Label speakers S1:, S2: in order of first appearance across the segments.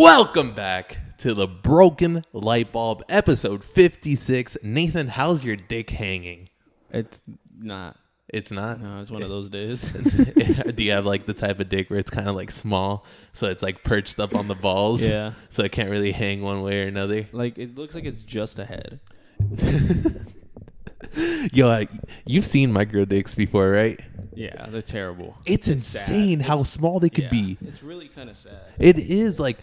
S1: Welcome back to the Broken Light Bulb, episode 56. Nathan, how's your dick hanging?
S2: It's not.
S1: It's not.
S2: No, it's one of those days.
S1: Do you have like the type of dick where it's kind of like small, so it's like perched up on the balls?
S2: yeah.
S1: So it can't really hang one way or another.
S2: Like it looks like it's just a head.
S1: Yo, I, you've seen micro dicks before, right?
S2: Yeah, they're terrible.
S1: It's,
S2: sad.
S1: insane how
S2: It's-
S1: small they could
S2: yeah,
S1: be.
S2: It's really kind of sad.
S1: It is like,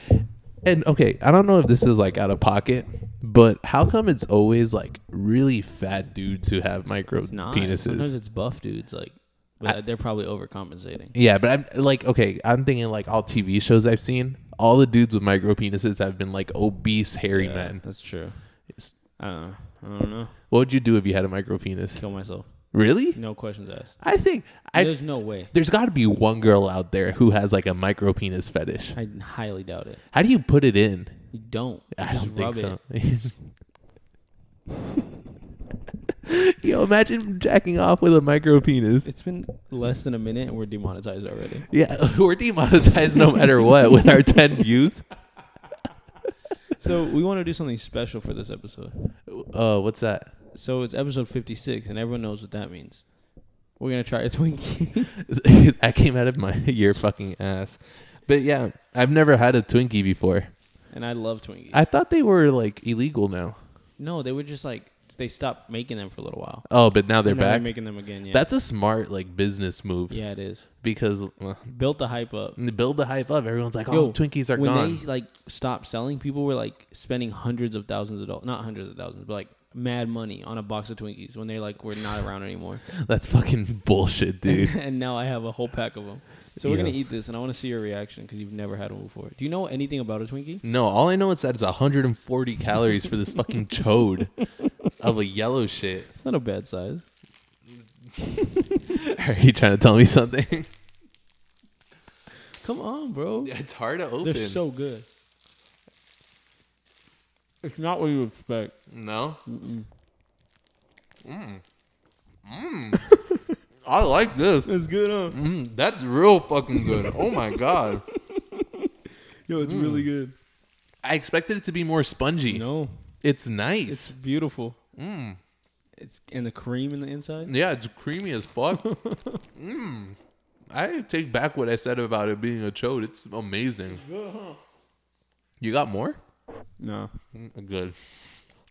S1: and okay, I don't know if this is like out of pocket, but how come it's always like really fat dudes who have micro
S2: It's not. Sometimes
S1: penises?
S2: it's buff dudes like but they're probably overcompensating.
S1: Yeah, but I'm like, okay, I'm thinking like all TV shows I've seen, all the dudes with micro penises have been like obese, hairy
S2: Yeah,
S1: men.
S2: That's true.
S1: It's-
S2: I don't know. I don't know.
S1: What would you do if you had a micro penis?
S2: Kill myself.
S1: Really?
S2: No questions asked.
S1: I think I
S2: There's no way.
S1: there's got to be one girl out there who has like a micro penis fetish.
S2: I highly doubt it.
S1: How do you put it in?
S2: You don't.
S1: I
S2: Just
S1: don't think
S2: rub it.
S1: so. Yo, imagine jacking off with a micro penis.
S2: It's been less than a minute and we're demonetized already.
S1: Yeah, we're demonetized no matter what with our 10 views.
S2: So we want to do something special for this episode.
S1: Uh, what's that?
S2: So it's episode 56, and everyone knows what that means. We're gonna try a Twinkie.
S1: that came out of my your fucking ass. But yeah, I've never had a Twinkie before.
S2: and I love Twinkies.
S1: I thought they were like illegal now.
S2: no, they were just like they stopped making them for a little while.
S1: Oh, but now they're
S2: And now
S1: back.
S2: making them again. Yeah,
S1: That's a smart like business move
S2: yeah, it is.
S1: because uh,
S2: Built the hype up.
S1: build the hype up. Everyone's like, "Oh,
S2: Yo,
S1: Twinkies are
S2: when
S1: gone."
S2: they like stopped selling, people were like spending hundreds of thousands of dollars, not hundreds of thousands, but like mad money on a box of Twinkies when they like were not around anymore.
S1: That's fucking bullshit, dude.
S2: and now I have a whole pack of them. So we're
S1: Yeah.
S2: gonna eat this, and I want to see your reaction because you've never had one before. Do you know anything about a Twinkie?
S1: No, all I know is that it's 140 calories for this fucking chode of a yellow shit.
S2: It's not a bad size.
S1: Are you trying to tell me something?
S2: Come on, bro.
S1: It's hard to open.
S2: They're so good. It's not what you expect.
S1: no. Mm. Mm. Mm. I like this.
S2: It's good, huh?
S1: Mm, that's real fucking good. Oh my god.
S2: Yo, it's really
S1: Mm.
S2: good.
S1: I expected it to be more spongy.
S2: No,
S1: It's
S2: it's
S1: nice.
S2: beautiful. Mm. It's and the cream in the inside.
S1: yeah, it's creamy as fuck. mm. I take back what I said about it being a chode. It's amazing. You got more?
S2: No,
S1: Mm, Good.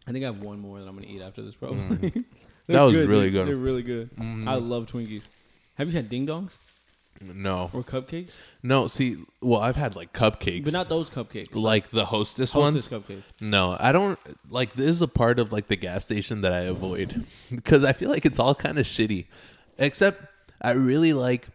S2: I think I have one more that I'm gonna eat after this. Probably.
S1: Mm. That was really good. Mm-hmm.
S2: They're really good. I love Twinkies. Have you had ding dongs
S1: No.
S2: or cupcakes?
S1: No, see, well, I've had like cupcakes.
S2: But not those cupcakes.
S1: like the hostess,
S2: Hostess
S1: ones.
S2: cupcakes.
S1: No, I don't like this is a part of like the gas station that I avoid because I feel like it's all kind of shitty. Except I really like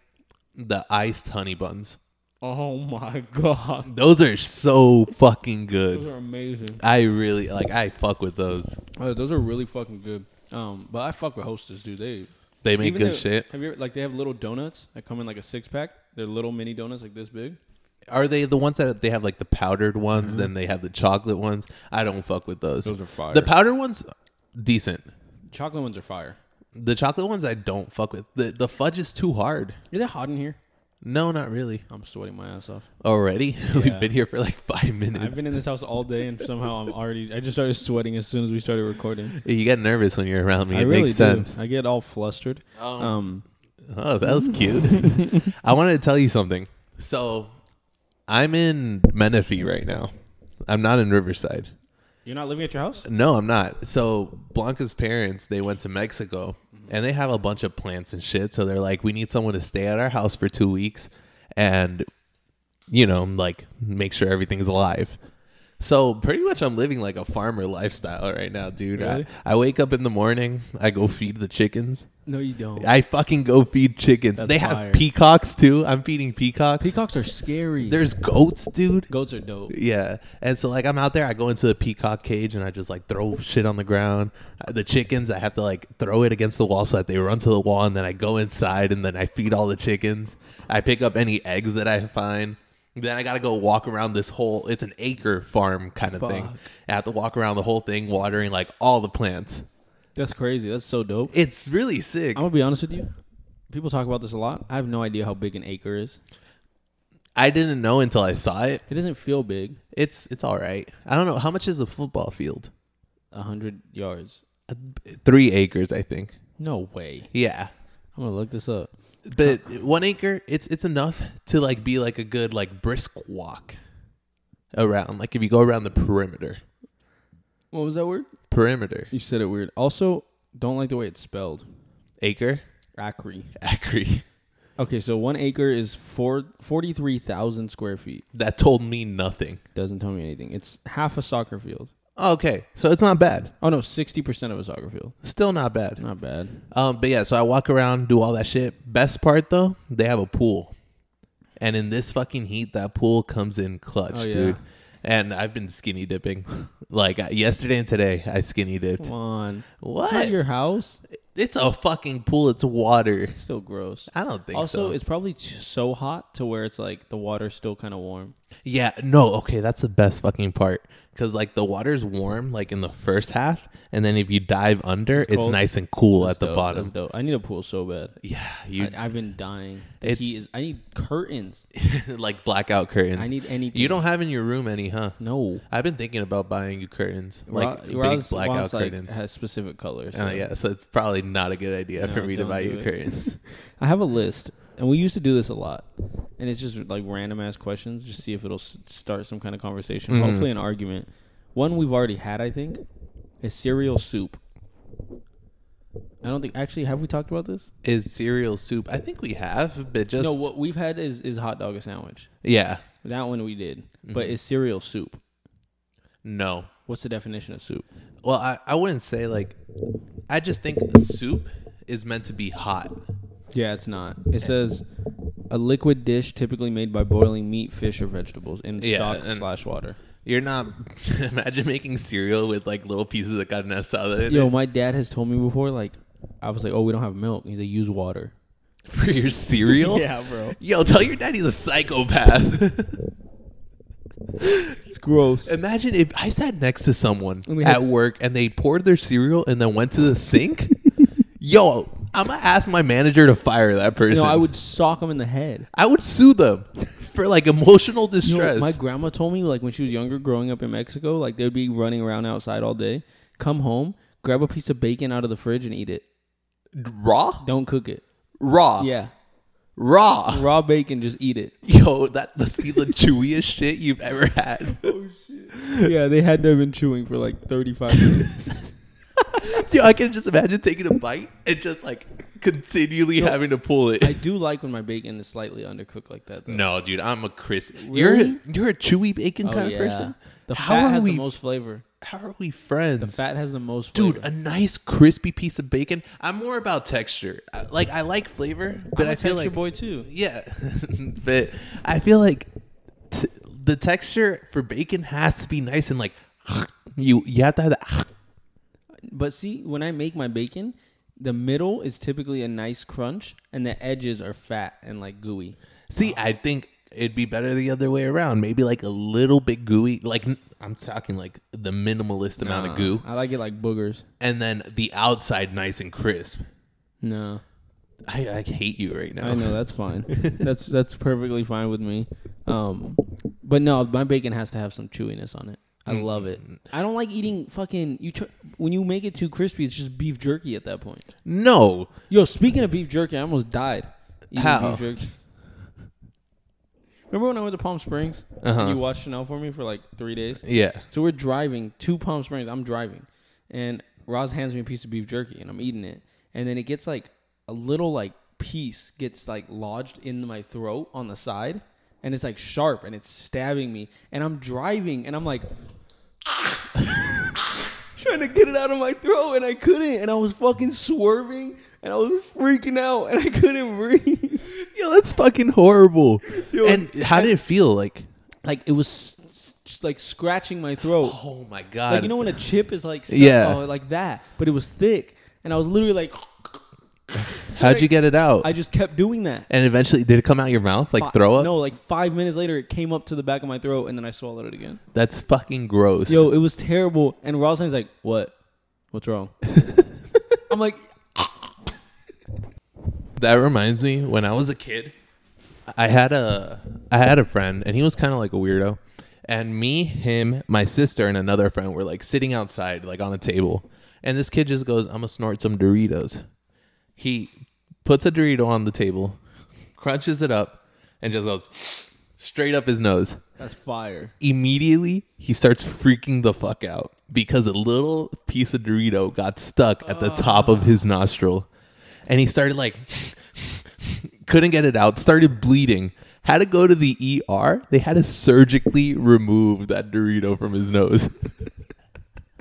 S1: the iced honey buns.
S2: Oh my god,
S1: Those are so fucking
S2: those
S1: good.
S2: are amazing.
S1: I really like I fuck with those.
S2: Uh, those are really fucking good. Um, but I fuck with Hostess, dude. They
S1: They make
S2: Even
S1: good
S2: though-
S1: shit.
S2: Have you ever, like they have little donuts that come in like a six pack? They're little mini donuts like this big.
S1: Are they the ones that they have like the powdered ones, then they have the chocolate ones? I don't fuck with those.
S2: Mm-hmm. Those are fire.
S1: The powdered ones decent.
S2: Chocolate ones are fire.
S1: The chocolate ones I don't fuck with. The the fudge is too hard.
S2: Is it hot in here?
S1: No, not really.
S2: I'm sweating my ass off.
S1: Already? We've
S2: Yeah.
S1: been here for like five
S2: I've
S1: minutes.
S2: been in this house all day, and somehow I'm already. I just started sweating as soon as we started recording.
S1: you get nervous when you're around me.
S2: I
S1: it
S2: really
S1: makes
S2: do.
S1: sense.
S2: I get all flustered. Um,
S1: Oh, that was cute. I wanted to tell you something. So I'm in Menifee right now. I'm not in Riverside.
S2: you're not living at your house?
S1: No, I'm not. So Blanca's parents, they went to Mexico and they have a bunch of plants and shit. So they're like, we need someone to stay at our house for two weeks and, you know, like make sure everything's alive. So pretty much I'm living like a farmer lifestyle right now, dude.
S2: Really?
S1: I, I wake up in the morning, I go feed the chickens.
S2: No, you don't.
S1: I fucking go feed chickens.
S2: That's
S1: they have
S2: fire.
S1: peacocks too. I'm feeding peacocks.
S2: Peacocks are scary.
S1: There's goats, dude.
S2: Goats are dope.
S1: Yeah. And so like I'm out there, I go into the peacock cage and I just like throw shit on the ground. Uh, The chickens, I have to like throw it against the wall so that they run to the wall and then I go inside and then I feed all the chickens. I pick up any eggs that I find. Then I got to go walk around this whole it's an acre farm kind of thing.
S2: Fuck.
S1: I have to walk around the whole thing watering like all the plants.
S2: That's crazy. That's so dope.
S1: It's really sick.
S2: I'm gonna be honest with you. People talk about this a lot. I have no idea how big an acre is.
S1: I didn't know until I saw it.
S2: It doesn't feel big.
S1: It's it's all right. I don't know how much is the football field.
S2: A hundred yards.
S1: Uh, Three acres, I think.
S2: No way.
S1: Yeah,
S2: I'm gonna look this up.
S1: but one acre, it's it's enough to like be like a good like brisk walk around. Like if you go around the perimeter,
S2: What was that word?
S1: perimeter
S2: You said it weird. Also, don't like the way it's spelled.
S1: acre,
S2: Acre.
S1: acre.
S2: Okay, so one acre is four forty-three thousand square feet.
S1: That told me nothing.
S2: Doesn't tell me anything. It's half a soccer field.
S1: Okay, so it's not bad.
S2: Oh no, sixty percent of a soccer field.
S1: Still not bad.
S2: Not bad.
S1: Um, but yeah, so I walk around, do all that shit. Best part though, they have a pool, and in this fucking heat, that pool comes in clutch,
S2: Oh, yeah.
S1: dude. And I've been skinny dipping, like uh, yesterday and today. I skinny dipped.
S2: Come on. It's
S1: What?
S2: not your house.
S1: it's a fucking pool. It's water.
S2: It's still gross.
S1: I don't think
S2: Also,
S1: so.
S2: it's probably t- so hot to where it's like the water's still kind of warm.
S1: Yeah, no, okay, that's the best fucking part. Cause like the water's warm, like in the first half, and then if you dive under, it's,
S2: cold.
S1: nice and cool
S2: That's
S1: at the
S2: dope.
S1: bottom.
S2: That's dope. I need a pool so bad.
S1: Yeah, you
S2: I, I've been dying. The
S1: It's-
S2: heat is. I need curtains.
S1: like blackout curtains.
S2: I need anything.
S1: you don't have in your room any, huh?
S2: No.
S1: I've been thinking about buying you curtains, like
S2: Ra-
S1: big
S2: Ra's-
S1: blackout
S2: Ra's, like,
S1: curtains.
S2: has specific colors.
S1: Uh, yeah, so it's probably not a good idea
S2: No,
S1: for me to
S2: don't
S1: buy
S2: do
S1: you
S2: it.
S1: curtains.
S2: I have a list, and we used to do this a lot. And it's just like random ass questions, just see if it'll s- start some kind of conversation,
S1: Mhm.
S2: hopefully an argument. One we've already had, I think, is cereal soup. I don't think actually have we talked about this?
S1: Is cereal soup? I think we have, but just
S2: no, what we've had is is hot dog a sandwich.
S1: yeah,
S2: That one we did. But
S1: Mm-hmm.
S2: is cereal soup?
S1: no.
S2: What's the definition of soup?
S1: Well, I, I wouldn't say like. I just think soup is meant to be hot.
S2: Yeah, it's not. It says a liquid dish typically made by boiling meat, fish, or vegetables in
S1: Yeah,
S2: stock
S1: and-
S2: slash water.
S1: You're not. imagine making cereal with like little pieces of carne asada in
S2: Yo,
S1: it
S2: my dad has told me before, like, I was like, oh, we don't have milk. He's like, use water.
S1: for your cereal.
S2: bro.
S1: Yo, tell your dad he's a psychopath.
S2: It's gross.
S1: Imagine if I sat next to someone
S2: And we had
S1: at
S2: s-
S1: work and they poured their cereal and then went to the sink. Yo, I'm gonna ask my manager to fire that person.
S2: No, I would sock him in the head.
S1: I would sue them for like emotional
S2: You know,
S1: distress.
S2: my grandma told me, like, when she was younger, growing up in Mexico, like, they'd be running around outside all day, come home, grab a piece of bacon out of the fridge and eat it.
S1: raw,
S2: Don't cook it.
S1: raw,
S2: Yeah.
S1: raw.
S2: Raw bacon, just eat it.
S1: Yo, that must be the chewiest shit you've ever had.
S2: Oh, Yeah, they had to have been chewing for like 35 minutes.
S1: Yo, I can just imagine taking a bite and just like continually having to pull it.
S2: I do like when my bacon is slightly undercooked like that. Though.
S1: no, dude, I'm a crisp.
S2: Really?
S1: You're you're a chewy bacon
S2: Oh,
S1: Mm, kind of
S2: yeah.
S1: person.
S2: The
S1: How
S2: fat
S1: are
S2: has
S1: we-
S2: the most flavor.
S1: How are we
S2: The
S1: friends?
S2: fat has the most flavor.
S1: Dude, a nice crispy piece of bacon. I'm more about texture. I- Like I like flavor, but
S2: I'm
S1: I
S2: a
S1: feel
S2: texture
S1: like
S2: boy too.
S1: yeah, but I feel like t- the texture for bacon has to be nice and like you you have to have that.
S2: But see, when I make my bacon, the middle is typically a nice crunch, and the edges are fat and like gooey.
S1: See, I think it'd be better the other way around. Maybe like a little bit gooey. Like n- I'm talking like the minimalist amount of goo,
S2: I like it like boogers.
S1: and then the outside nice and crisp.
S2: No,
S1: I, I hate you right now.
S2: I know that's fine. that's that's perfectly fine with me. Um, but no, my bacon has to have some chewiness on it. I love it.
S1: Mm.
S2: I don't like eating fucking you. Tr- when you make it too crispy, it's just beef jerky at that point.
S1: No,
S2: Yo, speaking of beef jerky, I almost died. eating
S1: How?
S2: Beef jerky. Remember when I went to Palm Springs? You watched Chanel for me for like three days.
S1: yeah.
S2: So we're driving to Palm Springs. I'm driving, and Roz hands me a piece of beef jerky, and I'm eating it. And then it gets like a little like piece gets like lodged in my throat on the side, and it's like sharp and it's stabbing me. And I'm driving, and I'm like trying to get it out of my throat, and I couldn't. And I was fucking swerving, and I was freaking out, and I couldn't breathe.
S1: Yo, that's fucking horrible.
S2: Yo,
S1: and how did it feel? Like,
S2: like it was s- s- just, like scratching my throat.
S1: oh my god!
S2: Like you know when a chip is like stuck,
S1: Yeah.
S2: oh, like that, but it was thick, and I was literally like,
S1: how'd you get it out?
S2: I just kept doing that.
S1: and eventually, did it come out your mouth? Like throw up?
S2: No, like five minutes later, it came up to the back of my throat, and then I swallowed it again.
S1: That's fucking gross.
S2: Yo, it was terrible. And Rosalind's like, "What? What's wrong?" I'm like,
S1: That reminds me, when I was a kid, I had a I had a friend and he was kind of like a weirdo. And me, him, my sister, and another friend were like sitting outside, like on a table. And this kid just goes, "I'm gonna snort some Doritos." He puts a Dorito on the table, crunches it up, and just goes straight up his nose.
S2: That's fire.
S1: Immediately, he starts freaking the fuck out because a little piece of Dorito got stuck at the top of his nostril. And he started like, couldn't get it out, started bleeding. Had to go to the ER. They had to surgically remove that Dorito from his nose.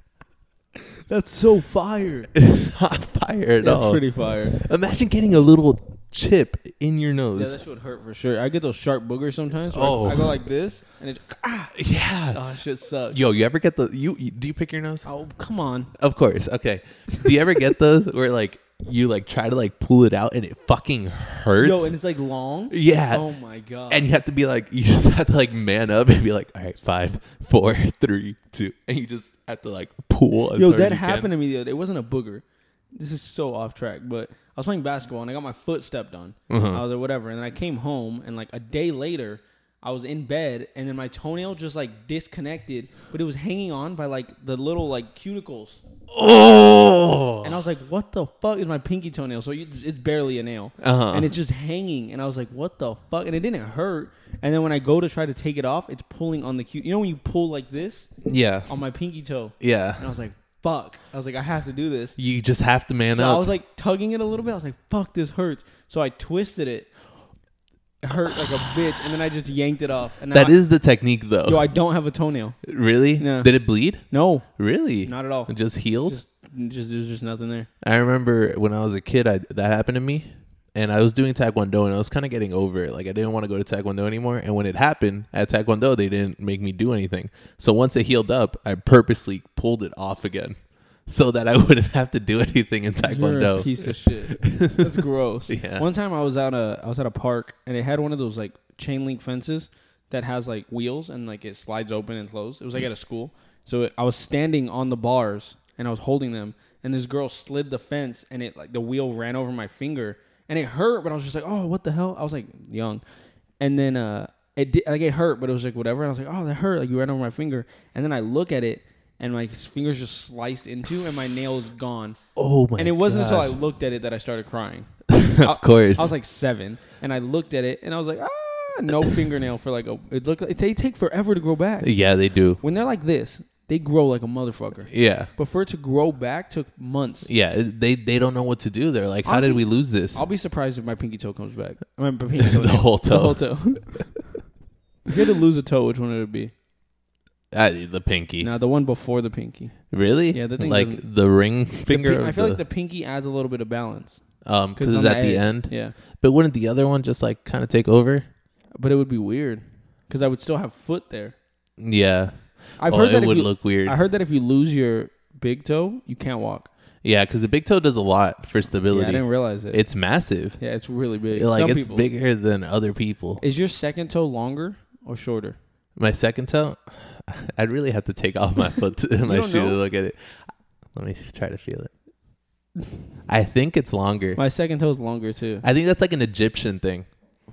S2: That's so fire.
S1: it's not fire at
S2: That's
S1: all.
S2: pretty fire.
S1: Imagine getting a little chip in your
S2: Yeah,
S1: nose.
S2: that should hurt for sure. I get those sharp boogers sometimes. Where
S1: Oh.
S2: I, I go like this, and it ah,
S1: Yeah.
S2: oh, that shit sucks.
S1: Yo, you ever get the you, you do you pick your nose?
S2: Oh, come on.
S1: Of course. Okay. Do you ever get those where like you like try to like pull it out and it fucking hurts?
S2: Yo, and it's like long.
S1: yeah.
S2: Oh my god.
S1: and you have to be like, you just have to like man up and be like, all right, five, four, three, two, and you just have to like pull. As
S2: Yo,
S1: hard
S2: that
S1: as you can.
S2: happened to me the other day. It wasn't a booger. This is so off track, but I was playing basketball and I got my foot stepped on.
S1: Uh-huh.
S2: I was like, whatever. And then I came home and like a day later, I was in bed and then my toenail just like disconnected, but it was hanging on by like the little like cuticles.
S1: Oh,
S2: And I was like, what the fuck is my pinky toenail? So you, it's barely a nail.
S1: Uh-huh.
S2: And it's just hanging. And I was like, what the fuck? And it didn't hurt. And then when I go to try to take it off, it's pulling on the cute. You know when you pull like this
S1: yeah,
S2: on my pinky toe? And I
S1: yeah.
S2: was like, fuck. I was like, I have to do this.
S1: You just have to man
S2: So
S1: up.
S2: I was like tugging it a little bit. I was like, fuck, this hurts. So I twisted it. It hurt like a bitch. And then I just yanked it off. And now
S1: that
S2: I,
S1: is the technique though.
S2: Yo, I don't have a toenail.
S1: really?
S2: Yeah.
S1: Did it bleed?
S2: No,
S1: Really?
S2: not at all.
S1: It just healed.
S2: Just, just, there's just nothing there.
S1: I remember when I was a kid, I, that happened to me, and I was doing taekwondo, and I was kind of getting over it. Like I didn't want to go to taekwondo anymore. And when it happened at taekwondo, they didn't make me do anything. So once it healed up, I purposely pulled it off again, so that I wouldn't have to do anything in
S2: You're a
S1: taekwondo.
S2: piece of shit. That's gross.
S1: Yeah.
S2: One time I was out a I was at a park and it had one of those like chain link fences that has like wheels and like it slides open and closed. It was like at a school. So it, I was standing on the bars and I was holding them and this girl slid the fence and it like the wheel ran over my finger and it hurt but I was just like, "Oh, what the hell?" I was like young. And then uh it did, like it hurt, but it was like whatever. And I was like, "Oh, that hurt!" Like you ran over my finger. And then I look at it, and my fingers just sliced into, and my nail is gone
S1: Oh my!
S2: and it wasn't until I
S1: gosh.
S2: looked at it that I started crying.
S1: of course.
S2: I was like seven, and I looked at it, and I was like, ah, no fingernail for like a. It looked like they take forever to grow back.
S1: yeah, they do.
S2: When they're like this, they grow like a motherfucker.
S1: Yeah,
S2: But for it to grow back took months.
S1: yeah. it- They they don't know what to do. They're like, how did we
S2: Honestly,
S1: lose this?
S2: I'll be surprised if my pinky toe comes back. I mean, my pinky toe,
S1: the whole
S2: the whole
S1: toe,
S2: toe. if you had to lose a toe, which one would it be?
S1: Uh, the pinky.
S2: Now the one before the pinky.
S1: Really?
S2: Yeah, that thing
S1: like
S2: doesn't-
S1: the ring
S2: The
S1: finger.
S2: pin-
S1: of
S2: I feel
S1: the,
S2: like the pinky adds a little bit of balance
S1: um because
S2: on
S1: it's at the
S2: edge.
S1: end.
S2: Yeah,
S1: But wouldn't the other one just like kind of take over?
S2: but it would be weird because I would still have foot there.
S1: Yeah,
S2: I've
S1: Well,
S2: heard
S1: Oh, it
S2: that if
S1: would
S2: you-
S1: look weird.
S2: I heard that if you lose your big toe, you can't walk.
S1: yeah, because the big toe does a lot for
S2: Yeah, I
S1: stability.
S2: didn't realize it.
S1: it's massive.
S2: yeah, it's really big.
S1: like
S2: Some
S1: it's
S2: people's.
S1: bigger than other people.
S2: Is your second toe longer or shorter?
S1: my second toe, I'd really have to take off my foot, to, my
S2: don't
S1: shoe to
S2: know?
S1: look at it. Let me try to feel it. I think it's longer.
S2: My second toe is longer too.
S1: I think that's like an Egyptian thing.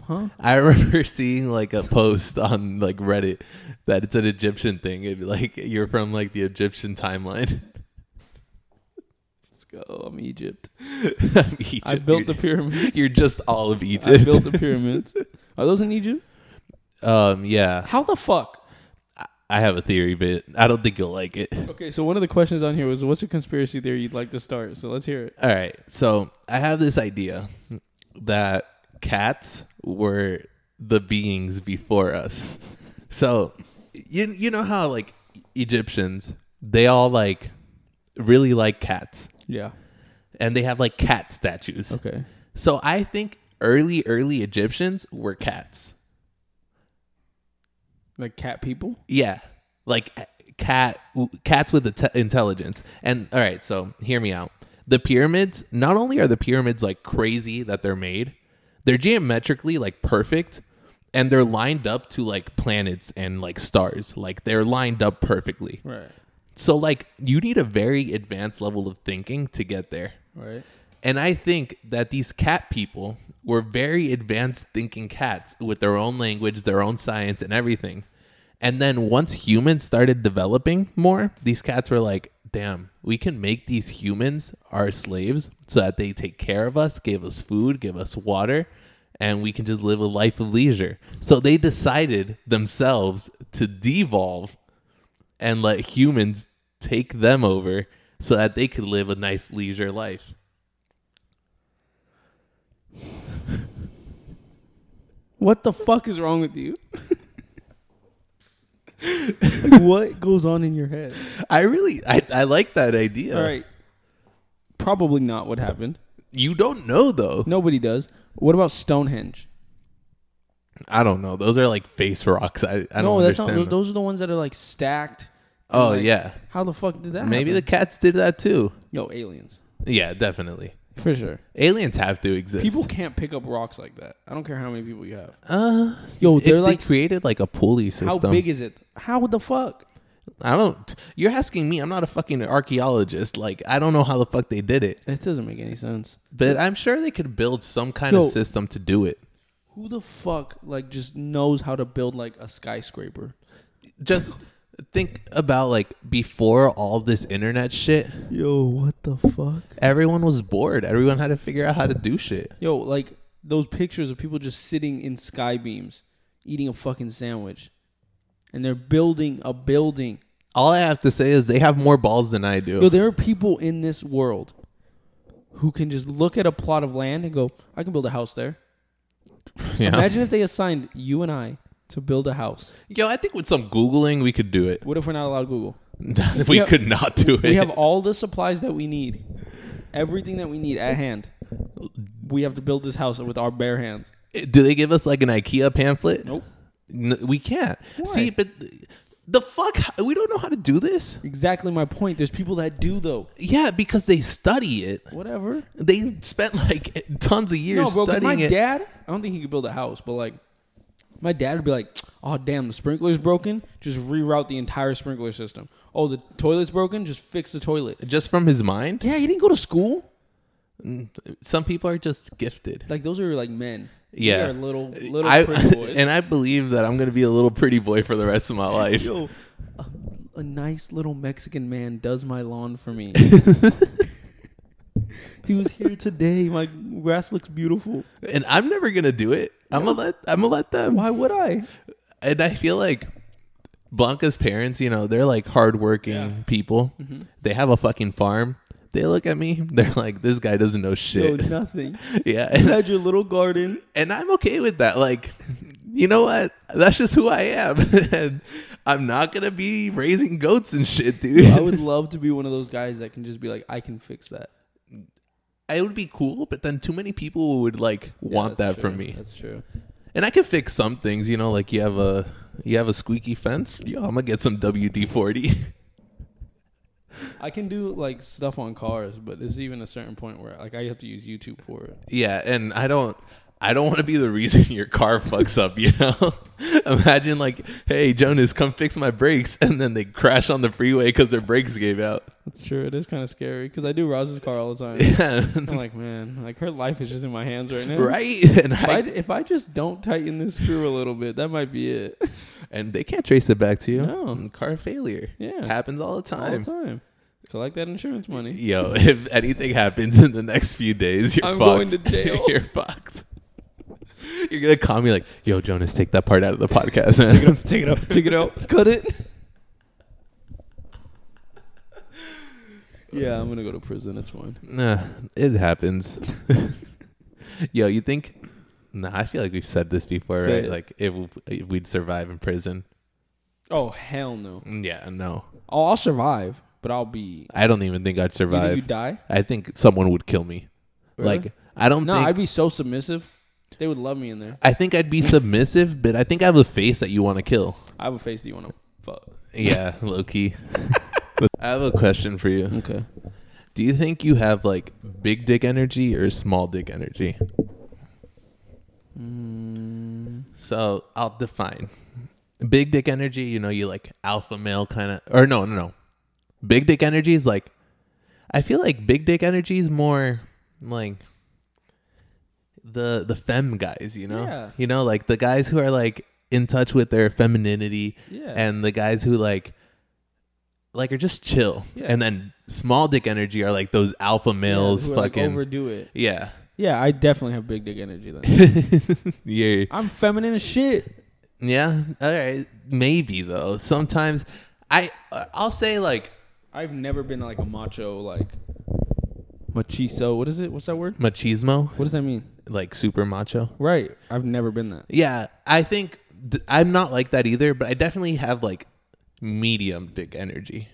S2: Huh?
S1: I remember seeing like a post on like Reddit that it's an Egyptian thing. It'd be like you're from like the Egyptian timeline.
S2: Let's go. I'm Egypt.
S1: I'm Egypt.
S2: I built the
S1: you're,
S2: pyramids.
S1: you're just all of Egypt.
S2: I built the pyramids. Are those in Egypt?
S1: Um, yeah,
S2: How the fuck?
S1: I have a theory, but I don't think you'll like it.
S2: Okay, so one of the questions on here was, "What's a conspiracy theory you'd like to start?" So let's hear it.
S1: All right, so I have this idea that cats were the beings before us. So, you you know how like Egyptians, they all like really like cats,
S2: Yeah.
S1: and they have like cat statues.
S2: Okay.
S1: So I think early early Egyptians were cats.
S2: Like cat people.
S1: Yeah, like eh, cat cats with inte- intelligence. And all right, so hear me out. The pyramids, not only are the pyramids like crazy that they're made, they're geometrically like perfect and they're lined up to like planets and like stars. Like they're lined up perfectly.
S2: Right.
S1: So like you need a very advanced level of thinking to get there.
S2: Right.
S1: And I think that these cat people were very advanced thinking cats with their own language, their own science, and everything. And then once humans started developing more, these cats were like, damn, we can make these humans our slaves so that they take care of us, give us food, give us water, and we can just live a life of leisure. So they decided themselves to devolve and let humans take them over so that they could live a nice leisure life.
S2: What the fuck is wrong with you? Like, what goes on in your head?
S1: I really I, I like that idea.
S2: All right. Probably not what happened.
S1: You don't know though.
S2: Nobody does. What about Stonehenge?
S1: I don't know. Those are like face rocks. I, I don't
S2: no, that's not.
S1: understand.
S2: Those,
S1: them.
S2: those are the ones that are like stacked. and,
S1: oh
S2: like,
S1: yeah.
S2: How the fuck did that?
S1: Maybe the
S2: happen?
S1: cats did that too.
S2: no aliens
S1: Yeah, definitely.
S2: for sure.
S1: Aliens have to exist.
S2: People can't pick up rocks like that. I don't care how many people you have.
S1: uh
S2: Yo,
S1: if
S2: they're
S1: they
S2: like s-
S1: created like a pulley system.
S2: How big is it? How the fuck?
S1: I don't You're asking me. I'm not a fucking archaeologist. Like I don't know how the fuck they did it.
S2: That doesn't make any sense.
S1: But I'm sure they could build some kind
S2: Yo.
S1: of system to do it.
S2: Who the fuck like just knows how to build like a skyscraper?
S1: Just think about like before all this internet shit,
S2: Yo, what the fuck?
S1: everyone was bored. Everyone had to figure out how to do shit.
S2: Yo, like those pictures of people just sitting in sky beams eating a fucking sandwich. And they're building a building.
S1: All I have to say is they have more balls than I do.
S2: Yo, there are people in this world who can just look at a plot of land and go, I can build a house there.
S1: Yeah.
S2: Imagine if they assigned you and I to build a house.
S1: Yo, I think with some Googling, we could do it.
S2: What if we're not allowed Google?
S1: we
S2: have-
S1: could not do it.
S2: We have all the supplies that we need, everything that we need at hand. We have to build this house with our bare hands.
S1: do they give us like an IKEA pamphlet?
S2: Nope.
S1: N- we can't.
S2: Why?
S1: See, but th- the fuck, we don't know how to do this.
S2: Exactly my point. There's people that do though.
S1: Yeah, because they study it.
S2: Whatever.
S1: They spent like tons of years
S2: no, bro. 'cause My
S1: studying it.
S2: dad. I don't think he could build a house, but like, my dad would be like, "Oh damn, the sprinkler's broken. Just reroute the entire sprinkler system. Oh, the toilet's broken. Just fix the toilet."
S1: Just from his mind,
S2: Yeah, he didn't go to school.
S1: some people are just gifted.
S2: Like those are like men. They
S1: Yeah,
S2: are little little
S1: I-
S2: pretty boys.
S1: and I believe that I'm gonna be a little pretty boy for the rest of my life.
S2: Yo, a, a nice little Mexican man does my lawn for me. he was here today. My grass looks beautiful.
S1: and I'm never gonna do it. I'm gonna let I'm gonna let them.
S2: Why would I?
S1: and I feel like Blanca's parents, you know, they're like hardworking
S2: Yeah. Mm-hmm.
S1: people. They have a fucking farm. They look at me. They're like, this guy doesn't know
S2: No,
S1: shit.
S2: nothing.
S1: yeah,
S2: You
S1: and,
S2: had your little garden.
S1: and I'm okay with that. Like, you know what? That's just who I am. and I'm not gonna be raising goats and shit, dude.
S2: I would love to be one of those guys that can just be like, I can fix that.
S1: I would be cool, but then too many people would like want that from me.
S2: That's true.
S1: And I can fix some things, you know, like you have a you have a squeaky fence. Yo, I'm gonna get some WD forty.
S2: I can do like stuff on cars, but there's even a certain point where like I have to use YouTube for it.
S1: Yeah, and I don't I don't want to be the reason your car fucks up, you know? Imagine like, hey Jonas, come fix my brakes and then they crash on the freeway cuz their brakes gave out.
S2: That's true. It is kind of scary because I do Roz's car all the time.
S1: Yeah.
S2: I'm like, man, like her life is just in my hands right now.
S1: right? And
S2: If I,
S1: I,
S2: if I just don't tighten this screw a little bit, that might be it.
S1: and they can't trace it back to you.
S2: No.
S1: Car failure.
S2: Yeah.
S1: Happens all the
S2: All the
S1: time.
S2: time. Collect that insurance money.
S1: Yo, if anything happens in the next few days, you're
S2: I'm
S1: fucked.
S2: going to jail.
S1: you're fucked. You're gonna call me like, "Yo, Jonas, take that part out of the podcast, man."
S2: Take it out. Take it out. Cut it. Yeah, I'm gonna go to prison. It's fine.
S1: Nah, it happens. Yo, you think? Nah, I feel like we've said this before,
S2: Say
S1: right?
S2: it.
S1: Like if, if we'd survive in prison. Mm,
S2: Oh hell no.
S1: Yeah, no,
S2: Oh, I'll survive, but I'll be.
S1: I don't even think I'd
S2: You think
S1: survive.
S2: you die?
S1: I think someone would kill me.
S2: Really?
S1: Like I don't
S2: no,
S1: think.
S2: I'd be so submissive. They would love me in there.
S1: I think I'd be submissive, but I think I have a face that you want to kill.
S2: I have a face that you want to fuck.
S1: Yeah, low key. I have a question for you.
S2: Okay.
S1: Do you think you have like big dick energy or small dick energy?
S2: Mm.
S1: So I'll define big dick energy. You know, you like alpha male kind of, or no, no, no. Big dick energy is like, I feel like big dick energy is more like the the femme guys, you know?
S2: Yeah.
S1: You know, like the guys who are like in touch with their femininity
S2: Yeah.
S1: and the guys who like like are just chill.
S2: Yeah.
S1: And then small dick energy are like those alpha males
S2: who are, like,
S1: fucking
S2: overdo it.
S1: Yeah.
S2: Yeah, I definitely have big dick energy then.
S1: yeah.
S2: I'm feminine as shit.
S1: Yeah. All right. Maybe though. Sometimes I uh, I'll say like
S2: I've never been like a macho like machizo. What is it? What's that word?
S1: machismo,
S2: What does that mean?
S1: like super macho.
S2: Right. I've never been that.
S1: Yeah, I think th- I'm not like that either, but I definitely have like medium dick energy.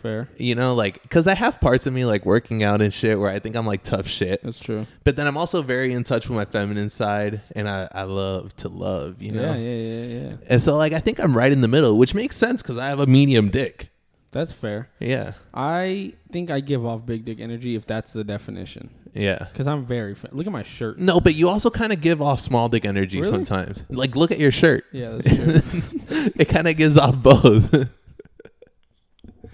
S2: Fair.
S1: You know, like cuz I have parts of me like working out and shit where I think I'm like tough shit.
S2: That's true.
S1: But then I'm also very in touch with my feminine side and I I love to love, you know.
S2: Yeah, yeah, yeah, yeah.
S1: And so like I think I'm right in the middle, which makes sense cuz I have a medium dick.
S2: That's fair.
S1: Yeah.
S2: I think I give off big dick energy if that's the definition.
S1: Yeah.
S2: Because I'm very. Fe- Look at my shirt.
S1: No, but you also kind of give off small dick energy
S2: Really?
S1: sometimes. Like look at your shirt.
S2: Yeah, that's true.
S1: It kind of gives off both.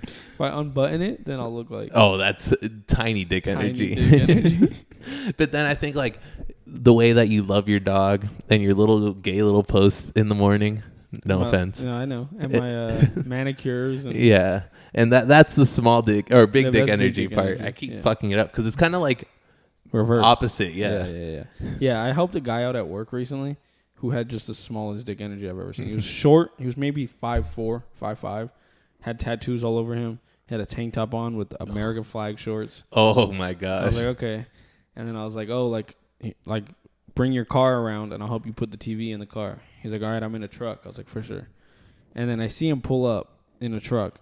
S2: if I unbutton it, then I'll look like
S1: oh, that's uh, tiny dick
S2: tiny
S1: energy.
S2: dick energy.
S1: But then I think like the way that you love your dog and your little gay little posts in the morning. No
S2: My-
S1: offense.
S2: No, I know. And my uh, manicures and
S1: Yeah, and that that's the small dick or big
S2: Yeah,
S1: dick
S2: that's big
S1: energy
S2: dick
S1: part.
S2: energy,
S1: I keep
S2: yeah.
S1: fucking it up because it's kind of like
S2: reverse.
S1: opposite. Yeah.
S2: yeah, yeah, yeah. Yeah, I helped a guy out at work recently who had just the smallest dick energy I've ever seen. He was short. He was maybe five four, five five. Had tattoos all over him. He had a tank top on with American flag shorts.
S1: Oh my
S2: I was
S1: gosh.
S2: like, okay. And then I was like, oh, like, he- like, bring your car around and I'll help you put the TV in the car. He's like, all right, I'm in a truck. I was like, for sure. And then I see him pull up in a truck.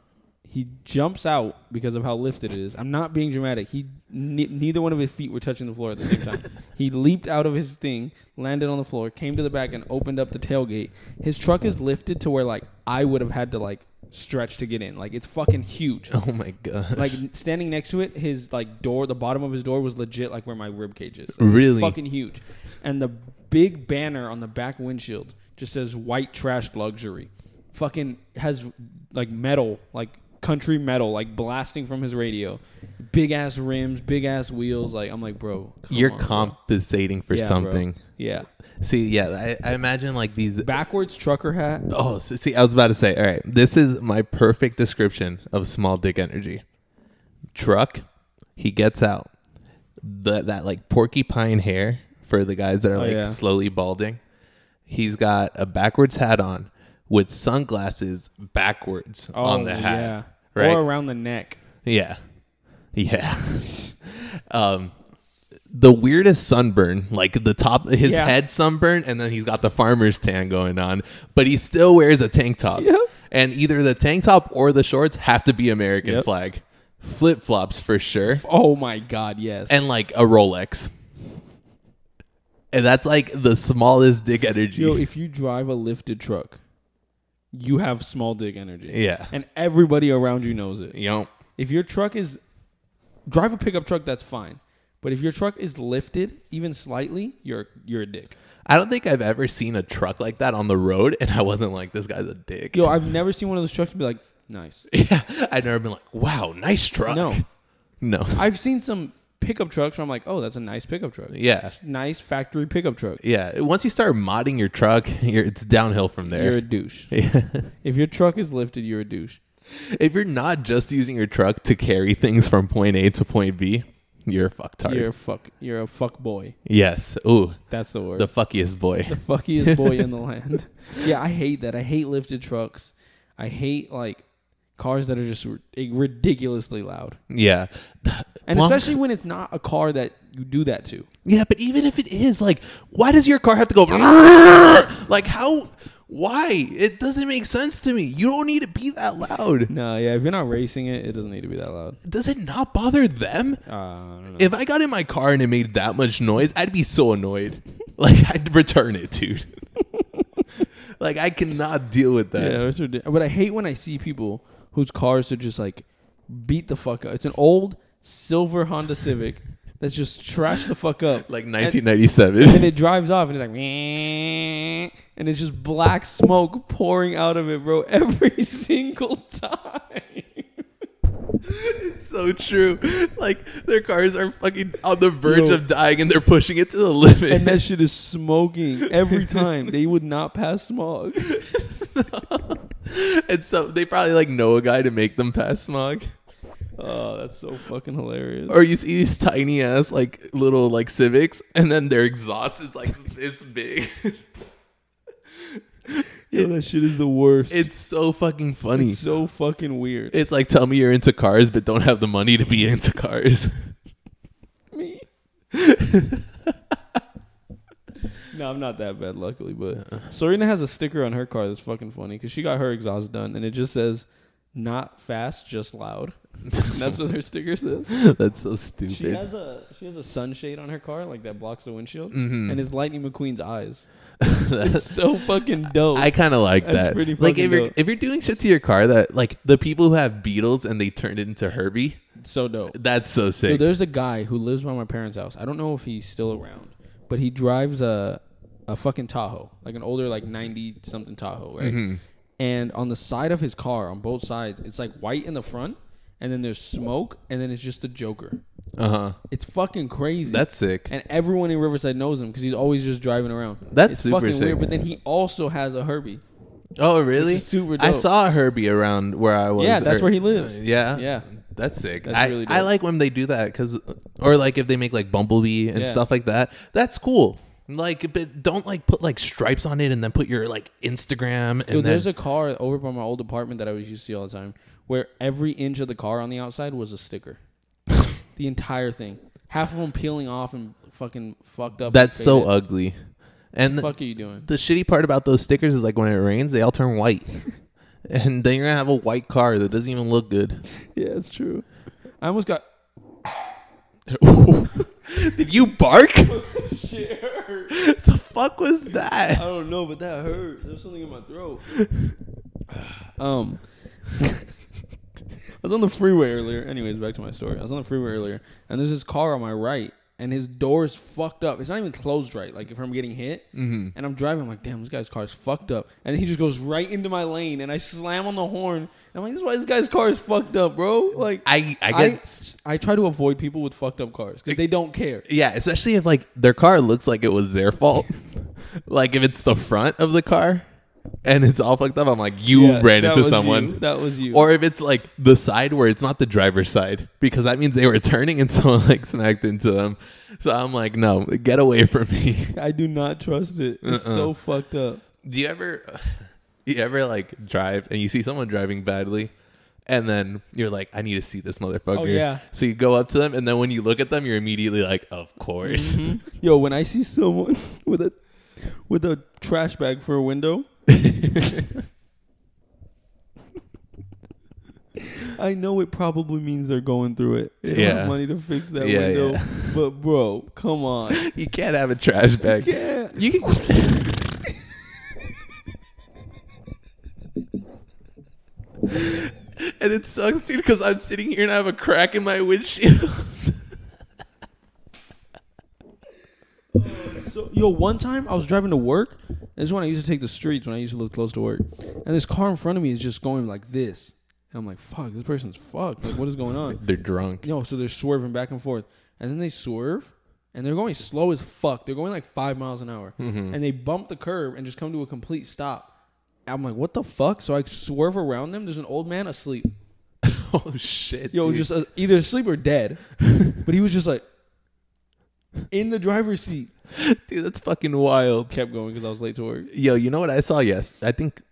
S2: He jumps out because of how lifted it is. I'm not being dramatic. He ne- neither one of his feet were touching the floor at the same time. he leaped out of his thing, landed on the floor, came to the back, and opened up the tailgate. His truck is lifted to where like I would have had to like stretch to get in. Like it's fucking huge
S1: oh my god.
S2: like standing next to it, his like door, the bottom of his door was legit like where my rib cage is. Like, it was
S1: Really?
S2: fucking huge. And the big banner on the back windshield just says "White Trash Luxury." Fucking has like metal, like country metal, like blasting from his radio. Big ass rims, big ass wheels. Like I'm like, bro, come
S1: You're
S2: on, bro."
S1: compensating for
S2: Yeah, bro.
S1: something.
S2: Yeah,
S1: See, yeah, I, I imagine like these.
S2: backwards trucker hat.
S1: Oh, s- see, I was about to say. All right, this is my perfect description of small dick energy. Truck, he gets out. The, that like porcupine hair for the guys that are
S2: Oh,
S1: like
S2: yeah.
S1: slowly balding. He's got a backwards hat on with sunglasses backwards
S2: Oh,
S1: on the hat.
S2: yeah,
S1: right?
S2: or around the neck.
S1: Yeah. Yeah. um the weirdest sunburn, like the top his
S2: Yeah.
S1: head sunburn and then he's got the farmer's tan going on, but he still wears a tank top.
S2: Yep.
S1: And either the tank top or the shorts have to be American
S2: Yep.
S1: flag. Flip-flops for sure.
S2: Oh my god, yes.
S1: And like a Rolex. And that's like the smallest dick energy.
S2: Yo, if you drive a lifted truck, you have small dick energy.
S1: yeah.
S2: And everybody around you knows it.
S1: You know,
S2: If your truck is drive a pickup truck, that's fine. But if your truck is lifted even slightly, you're you're a dick.
S1: I don't think I've ever seen a truck like that on the road and I wasn't like this guy's a dick.
S2: Yo, I've never seen one of those trucks be like, nice.
S1: Yeah, I've never been like, wow, nice truck.
S2: No.
S1: no,
S2: I've seen some pickup trucks where I'm like, oh, that's a nice pickup truck.
S1: yeah,
S2: Nice factory pickup truck.
S1: yeah. Once you start modding your truck, you're, it's downhill from
S2: You're
S1: there.
S2: a douche.
S1: Yeah.
S2: If your truck is lifted, you're a douche.
S1: if you're not just using your truck to carry things from point A to point B, you're a fucktard.
S2: You're a fuck. You're a fuck boy.
S1: yes. Ooh,
S2: That's the word.
S1: the fuckiest boy.
S2: the fuckiest boy in the land. Yeah, I hate that. I hate lifted trucks. I hate like cars that are just r- eh, ridiculously loud,
S1: Yeah.
S2: and
S1: Well,
S2: especially when it's not a car that you do that to.
S1: Yeah, but even if it is, like, why does your car have to go? Like, how? Why? It doesn't make sense to me. You don't need to be that loud.
S2: No, yeah, if you're not racing it, it doesn't need to be that loud.
S1: Does it not bother them?
S2: Uh, I don't know.
S1: If I got in my car and it made that much noise, I'd be so annoyed. Like I'd return it, dude. like I cannot deal with that.
S2: yeah, it's ridiculous. But I hate when I see people whose cars are just like beat the fuck up. It's an old silver Honda Civic that's just trashed the fuck up.
S1: Like
S2: and
S1: 1997.
S2: it drives off and it's like "Meow," and it's just black smoke pouring out of it bro every single time
S1: it's so true. Like their cars are fucking on the verge
S2: Yo.
S1: of dying, and they're pushing it to the limit.
S2: and that shit is smoking every time. They would not pass smog.
S1: and so they probably like know a guy to make them pass smog.
S2: Oh, that's so fucking hilarious.
S1: Or you see these tiny ass like little like Civics, and then their exhaust is like this big.
S2: Yo, that shit is the worst.
S1: It's so fucking funny.
S2: It's so fucking weird.
S1: It's like tell me you're into cars but don't have the money to be into cars.
S2: me. no, I'm not that bad, luckily. But Serena has a sticker on her car that's fucking funny because she got her exhaust done, and it just says "not fast, just loud." that's what her sticker says.
S1: That's so stupid.
S2: She has a she has a sunshade on her car like that blocks the windshield,
S1: Mhm.
S2: and it's Lightning McQueen's eyes.
S1: That's-
S2: It's so fucking dope.
S1: I kind of like
S2: That's
S1: that.
S2: pretty
S1: like
S2: fucking
S1: if you're
S2: dope.
S1: if you're doing shit to your car that like the people who have Beetles and they turned it into Herbie,
S2: It's so dope.
S1: that's so
S2: Yo,
S1: sick.
S2: there's a guy who lives by my parents' house. I don't know if he's still around, but he drives a a fucking Tahoe, like an older like 90 something Tahoe, right?
S1: Mm-hmm.
S2: And on the side of his car, on both sides, it's like white in the front, and then there's smoke, and then it's just the Joker.
S1: Uh huh.
S2: It's fucking crazy.
S1: That's sick.
S2: and everyone in Riverside knows him because he's always just driving around.
S1: That's
S2: it's
S1: super
S2: fucking
S1: sick.
S2: weird. But then he also has a Herbie.
S1: Oh really?
S2: Which is super
S1: I
S2: dope.
S1: saw a Herbie around where I was.
S2: Yeah, that's
S1: or-
S2: where he lives.
S1: Yeah.
S2: Yeah.
S1: That's sick.
S2: That's
S1: I,
S2: really
S1: I
S2: dope.
S1: like when they do that because, or like if they make like Bumblebee and
S2: Yeah.
S1: stuff like that. That's cool. Like, but don't like put like stripes on it and then put your like Instagram and
S2: Yo,
S1: then
S2: there's a car over by my old apartment that I was used to see all the time, where every inch of the car on the outside was a sticker, the entire thing. Half of them peeling off and fucking fucked up.
S1: that's
S2: and
S1: so
S2: faded.
S1: ugly. And
S2: fuck are you doing?
S1: the shitty part about those stickers is like when it rains, they all turn white, and then you're gonna have a white car that doesn't even look good.
S2: Yeah, it's true. I almost got.
S1: Did you bark?
S2: Shit hurt.
S1: the fuck was
S2: I
S1: that?
S2: don't know, but that hurt. There's something in my throat. um, I was on the freeway earlier. Anyways, back to my story. I was on the freeway earlier, and there's this car on my right, and his door is fucked up. It's not even closed right. Like if I'm getting hit,
S1: Mm-hmm.
S2: and I'm driving, I'm like, damn, this guy's car is fucked up. And he just goes right into my lane, and I slam on the horn. And I'm like, this is why this guy's car is fucked up, bro. Like
S1: I I
S2: I,
S1: get
S2: I try to avoid people with fucked up cars because they don't care.
S1: Yeah, especially if like their car looks like it was their fault. like if it's the front of the car and it's all fucked up, I'm like, you
S2: Yeah,
S1: ran
S2: that
S1: into
S2: was
S1: someone.
S2: you. That was you.
S1: Or if it's like the side where it's not the driver's side, because that means they were turning and someone like smacked into them. So I'm like, no, get away from me.
S2: I do not trust it. It's
S1: Uh-uh.
S2: so fucked up.
S1: Do you ever, you ever like drive and you see someone driving badly, and then you're like, I need to see this motherfucker.
S2: Oh, yeah.
S1: So you go up to them, and then when you look at them, you're immediately like, of course.
S2: Mm-hmm. Yo, when I see someone with a with a trash bag for a window, I know it probably means they're going through it. They don't
S1: Yeah.
S2: have money to fix that
S1: Yeah,
S2: window.
S1: yeah.
S2: But bro, come on.
S1: You can't have a trash bag.
S2: Mm-hmm. Yeah.
S1: You can. and it sucks, dude, because I'm sitting here and I have a crack in my windshield.
S2: So, yo, one time I was driving to work. This is when I used to take the streets when I used to live close to work. And this car in front of me is just going like this. And I'm like, fuck, this person's fucked. Like, what is going on?
S1: They're drunk.
S2: No, so they're swerving back and forth, and then they swerve, and they're going slow as fuck. They're going like five miles an hour, and they bump the curb and just come to a complete stop. I'm like, what the fuck? So I swerve around them. There's an old man asleep.
S1: Oh shit,
S2: Yo,
S1: dude.
S2: just uh, either asleep or dead, but he was just like in the driver's seat.
S1: dude, that's fucking wild.
S2: Kept going because I was late to work.
S1: Yo, you know what I saw? Yes, I think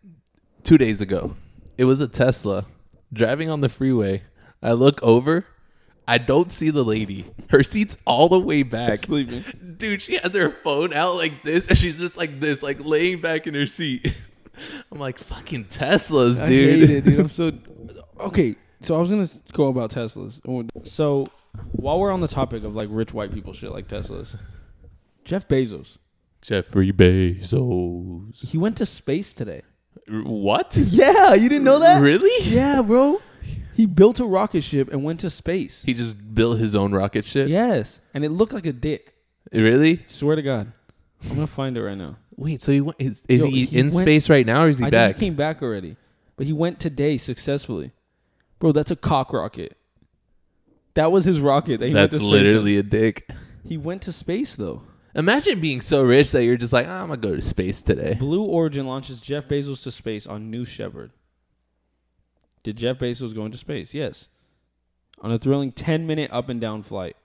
S1: two days ago, it was a Tesla driving on the freeway. I look over, I don't see the lady. Her seat's all the way back.
S2: Sleeping.
S1: Dude, she has her phone out like this, and she's just like this, like laying back in her seat. I'm like, fucking Teslas,
S2: I
S1: dude.
S2: hate it, dude. I'm so okay. So I was gonna go about Teslas. So while we're on the topic of like rich white people shit like Teslas, Jeff Bezos.
S1: Jeffrey Bezos.
S2: He went to space today.
S1: What?
S2: Yeah, you didn't know that?
S1: Really?
S2: Yeah, bro. He built a rocket ship and went to space.
S1: He just built his own rocket ship.
S2: Yes, and it looked like a dick.
S1: Really?
S2: Swear to God, I'm gonna find it right now.
S1: Wait, so he went, is, is
S2: Yo,
S1: he,
S2: he
S1: in
S2: went-
S1: space right now, or is he
S2: I
S1: back?
S2: think he came back already, but he went today successfully. Bro, that's a cock rocket. That was his rocket. That he went
S1: That's
S2: to space
S1: literally a dick.
S2: in. He went to space though.
S1: Imagine being so rich that you're just like, "Ah, I'm gonna go to space today.
S2: Blue Origin launches Jeff Bezos to space on New Shepard. Did Jeff Bezos go into space? Yes. On a thrilling 10 minute up and down flight.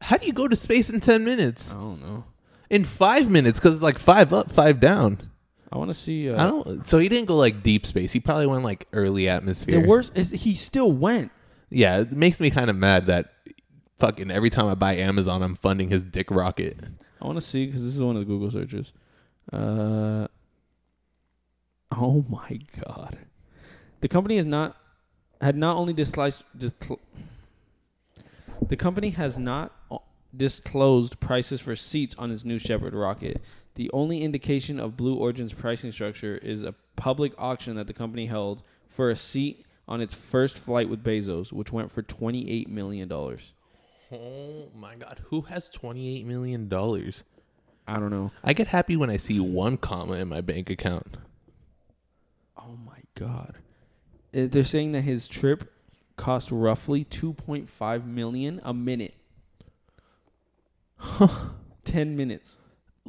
S1: How do you go to space in ten minutes?
S2: I don't know.
S1: In five minutes, because it's like five up, five down.
S2: I want to see.
S1: I
S2: Uh,
S1: don't. So he didn't go like deep space. He probably went like early
S2: the
S1: atmosphere.
S2: worst is he still went.
S1: yeah, it makes me kind of mad that fucking every time I buy Amazon, I'm funding his dick rocket.
S2: I want to see because this is one of the Google searches. Uh, oh my god, the company has not had not only disclosed discl- the company has not o- disclosed prices for seats on its new Shepard rocket. The only indication of Blue Origin's pricing structure is a public auction that the company held for a seat on its first flight with Bezos, which went for twenty eight million dollars.
S1: Oh my god, who has twenty eight million dollars?
S2: I don't know.
S1: I get happy when I see one comma in my bank account.
S2: Oh my god. Uh, They're saying that his trip cost roughly 2.5 million a minute. 10 minutes.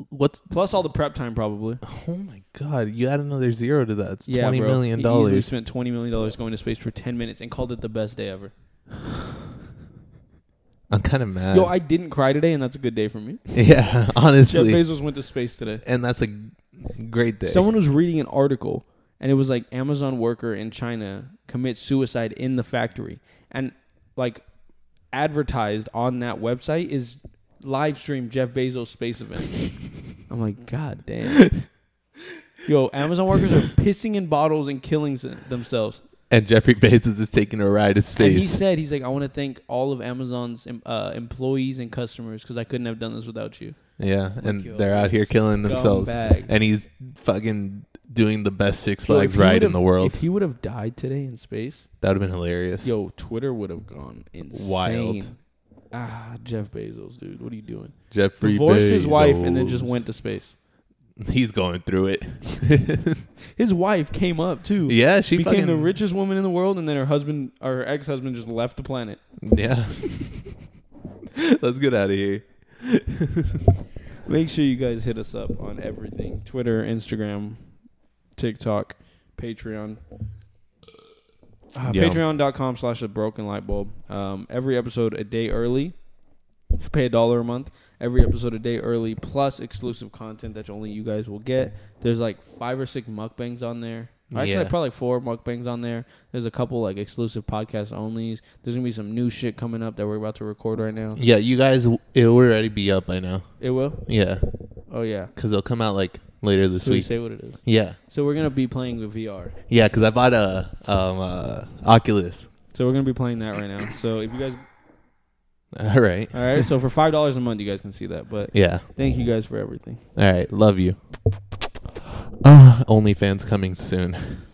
S1: What's
S2: Plus all the prep time probably.
S1: oh my god? You add another zero to that. It's
S2: Yeah,
S1: twenty
S2: bro.
S1: million
S2: He easily
S1: dollars.
S2: spent 20 million dollars going to space for 10 minutes and called it the best day ever.
S1: I'm kind of mad.
S2: Yo, I didn't cry today and that's a good day for me.
S1: yeah,
S2: Jeff
S1: honestly,
S2: Bezos went to space today.
S1: and that's a great day.
S2: Someone was reading an article and it was like Amazon worker in China commits suicide in the factory. And like advertised on that website is live stream Jeff Bezos space event. I'm like, God damn. Yo, Amazon workers are pissing in bottles and killing s- themselves.
S1: and Jeffrey Bezos is taking a ride to
S2: And he
S1: space.
S2: said, he's like, I want to thank all of Amazon's em- uh, employees and customers because I couldn't have done this without you.
S1: yeah, and
S2: yo,
S1: they're out here killing themselves.
S2: Scumbag.
S1: And he's fucking doing the best Six
S2: Yo, if
S1: Flags
S2: he
S1: ride
S2: would've-
S1: in the world.
S2: If he would have died today in space,
S1: That would have been hilarious.
S2: Yo, Twitter would have gone insane.
S1: Wild.
S2: Ah, Jeff Bezos, dude, what are you doing?
S1: Jeffrey
S2: Divorced his wife and then just
S1: Bezos.
S2: went to space.
S1: He's going through it.
S2: His wife came up too.
S1: yeah, she
S2: became
S1: fucking,
S2: the richest woman in the world, and then her husband or her ex-husband just left the planet.
S1: Yeah. Let's get out of here.
S2: Make sure you guys hit us up on everything: Twitter, Instagram, TikTok, Patreon. Uh,
S1: Yeah.
S2: Patreon.com slash the broken light bulb. Um, every episode a day early. If you pay a dollar a month, every episode a day early, plus exclusive content that only you guys will get. There's like five or six mukbangs on there. Or Actually,
S1: Yeah.
S2: probably like four mukbangs on there. There's a couple like exclusive podcast onlys. There's gonna be some new shit coming up that we're about to record right now.
S1: Yeah, you guys, it will already be up by now.
S2: It will.
S1: Yeah,
S2: Oh yeah.
S1: because it'll come out like later this
S2: So we
S1: week.
S2: say what it is.
S1: Yeah,
S2: So we're gonna be playing with VR.
S1: yeah, because I bought a um uh, Oculus.
S2: So we're gonna be playing that right now. So if you guys,
S1: All right.
S2: all right. So for five dollars a month, you guys can see that. But
S1: Yeah.
S2: thank you guys for everything.
S1: All right. Love you. Uh, OnlyFans coming soon.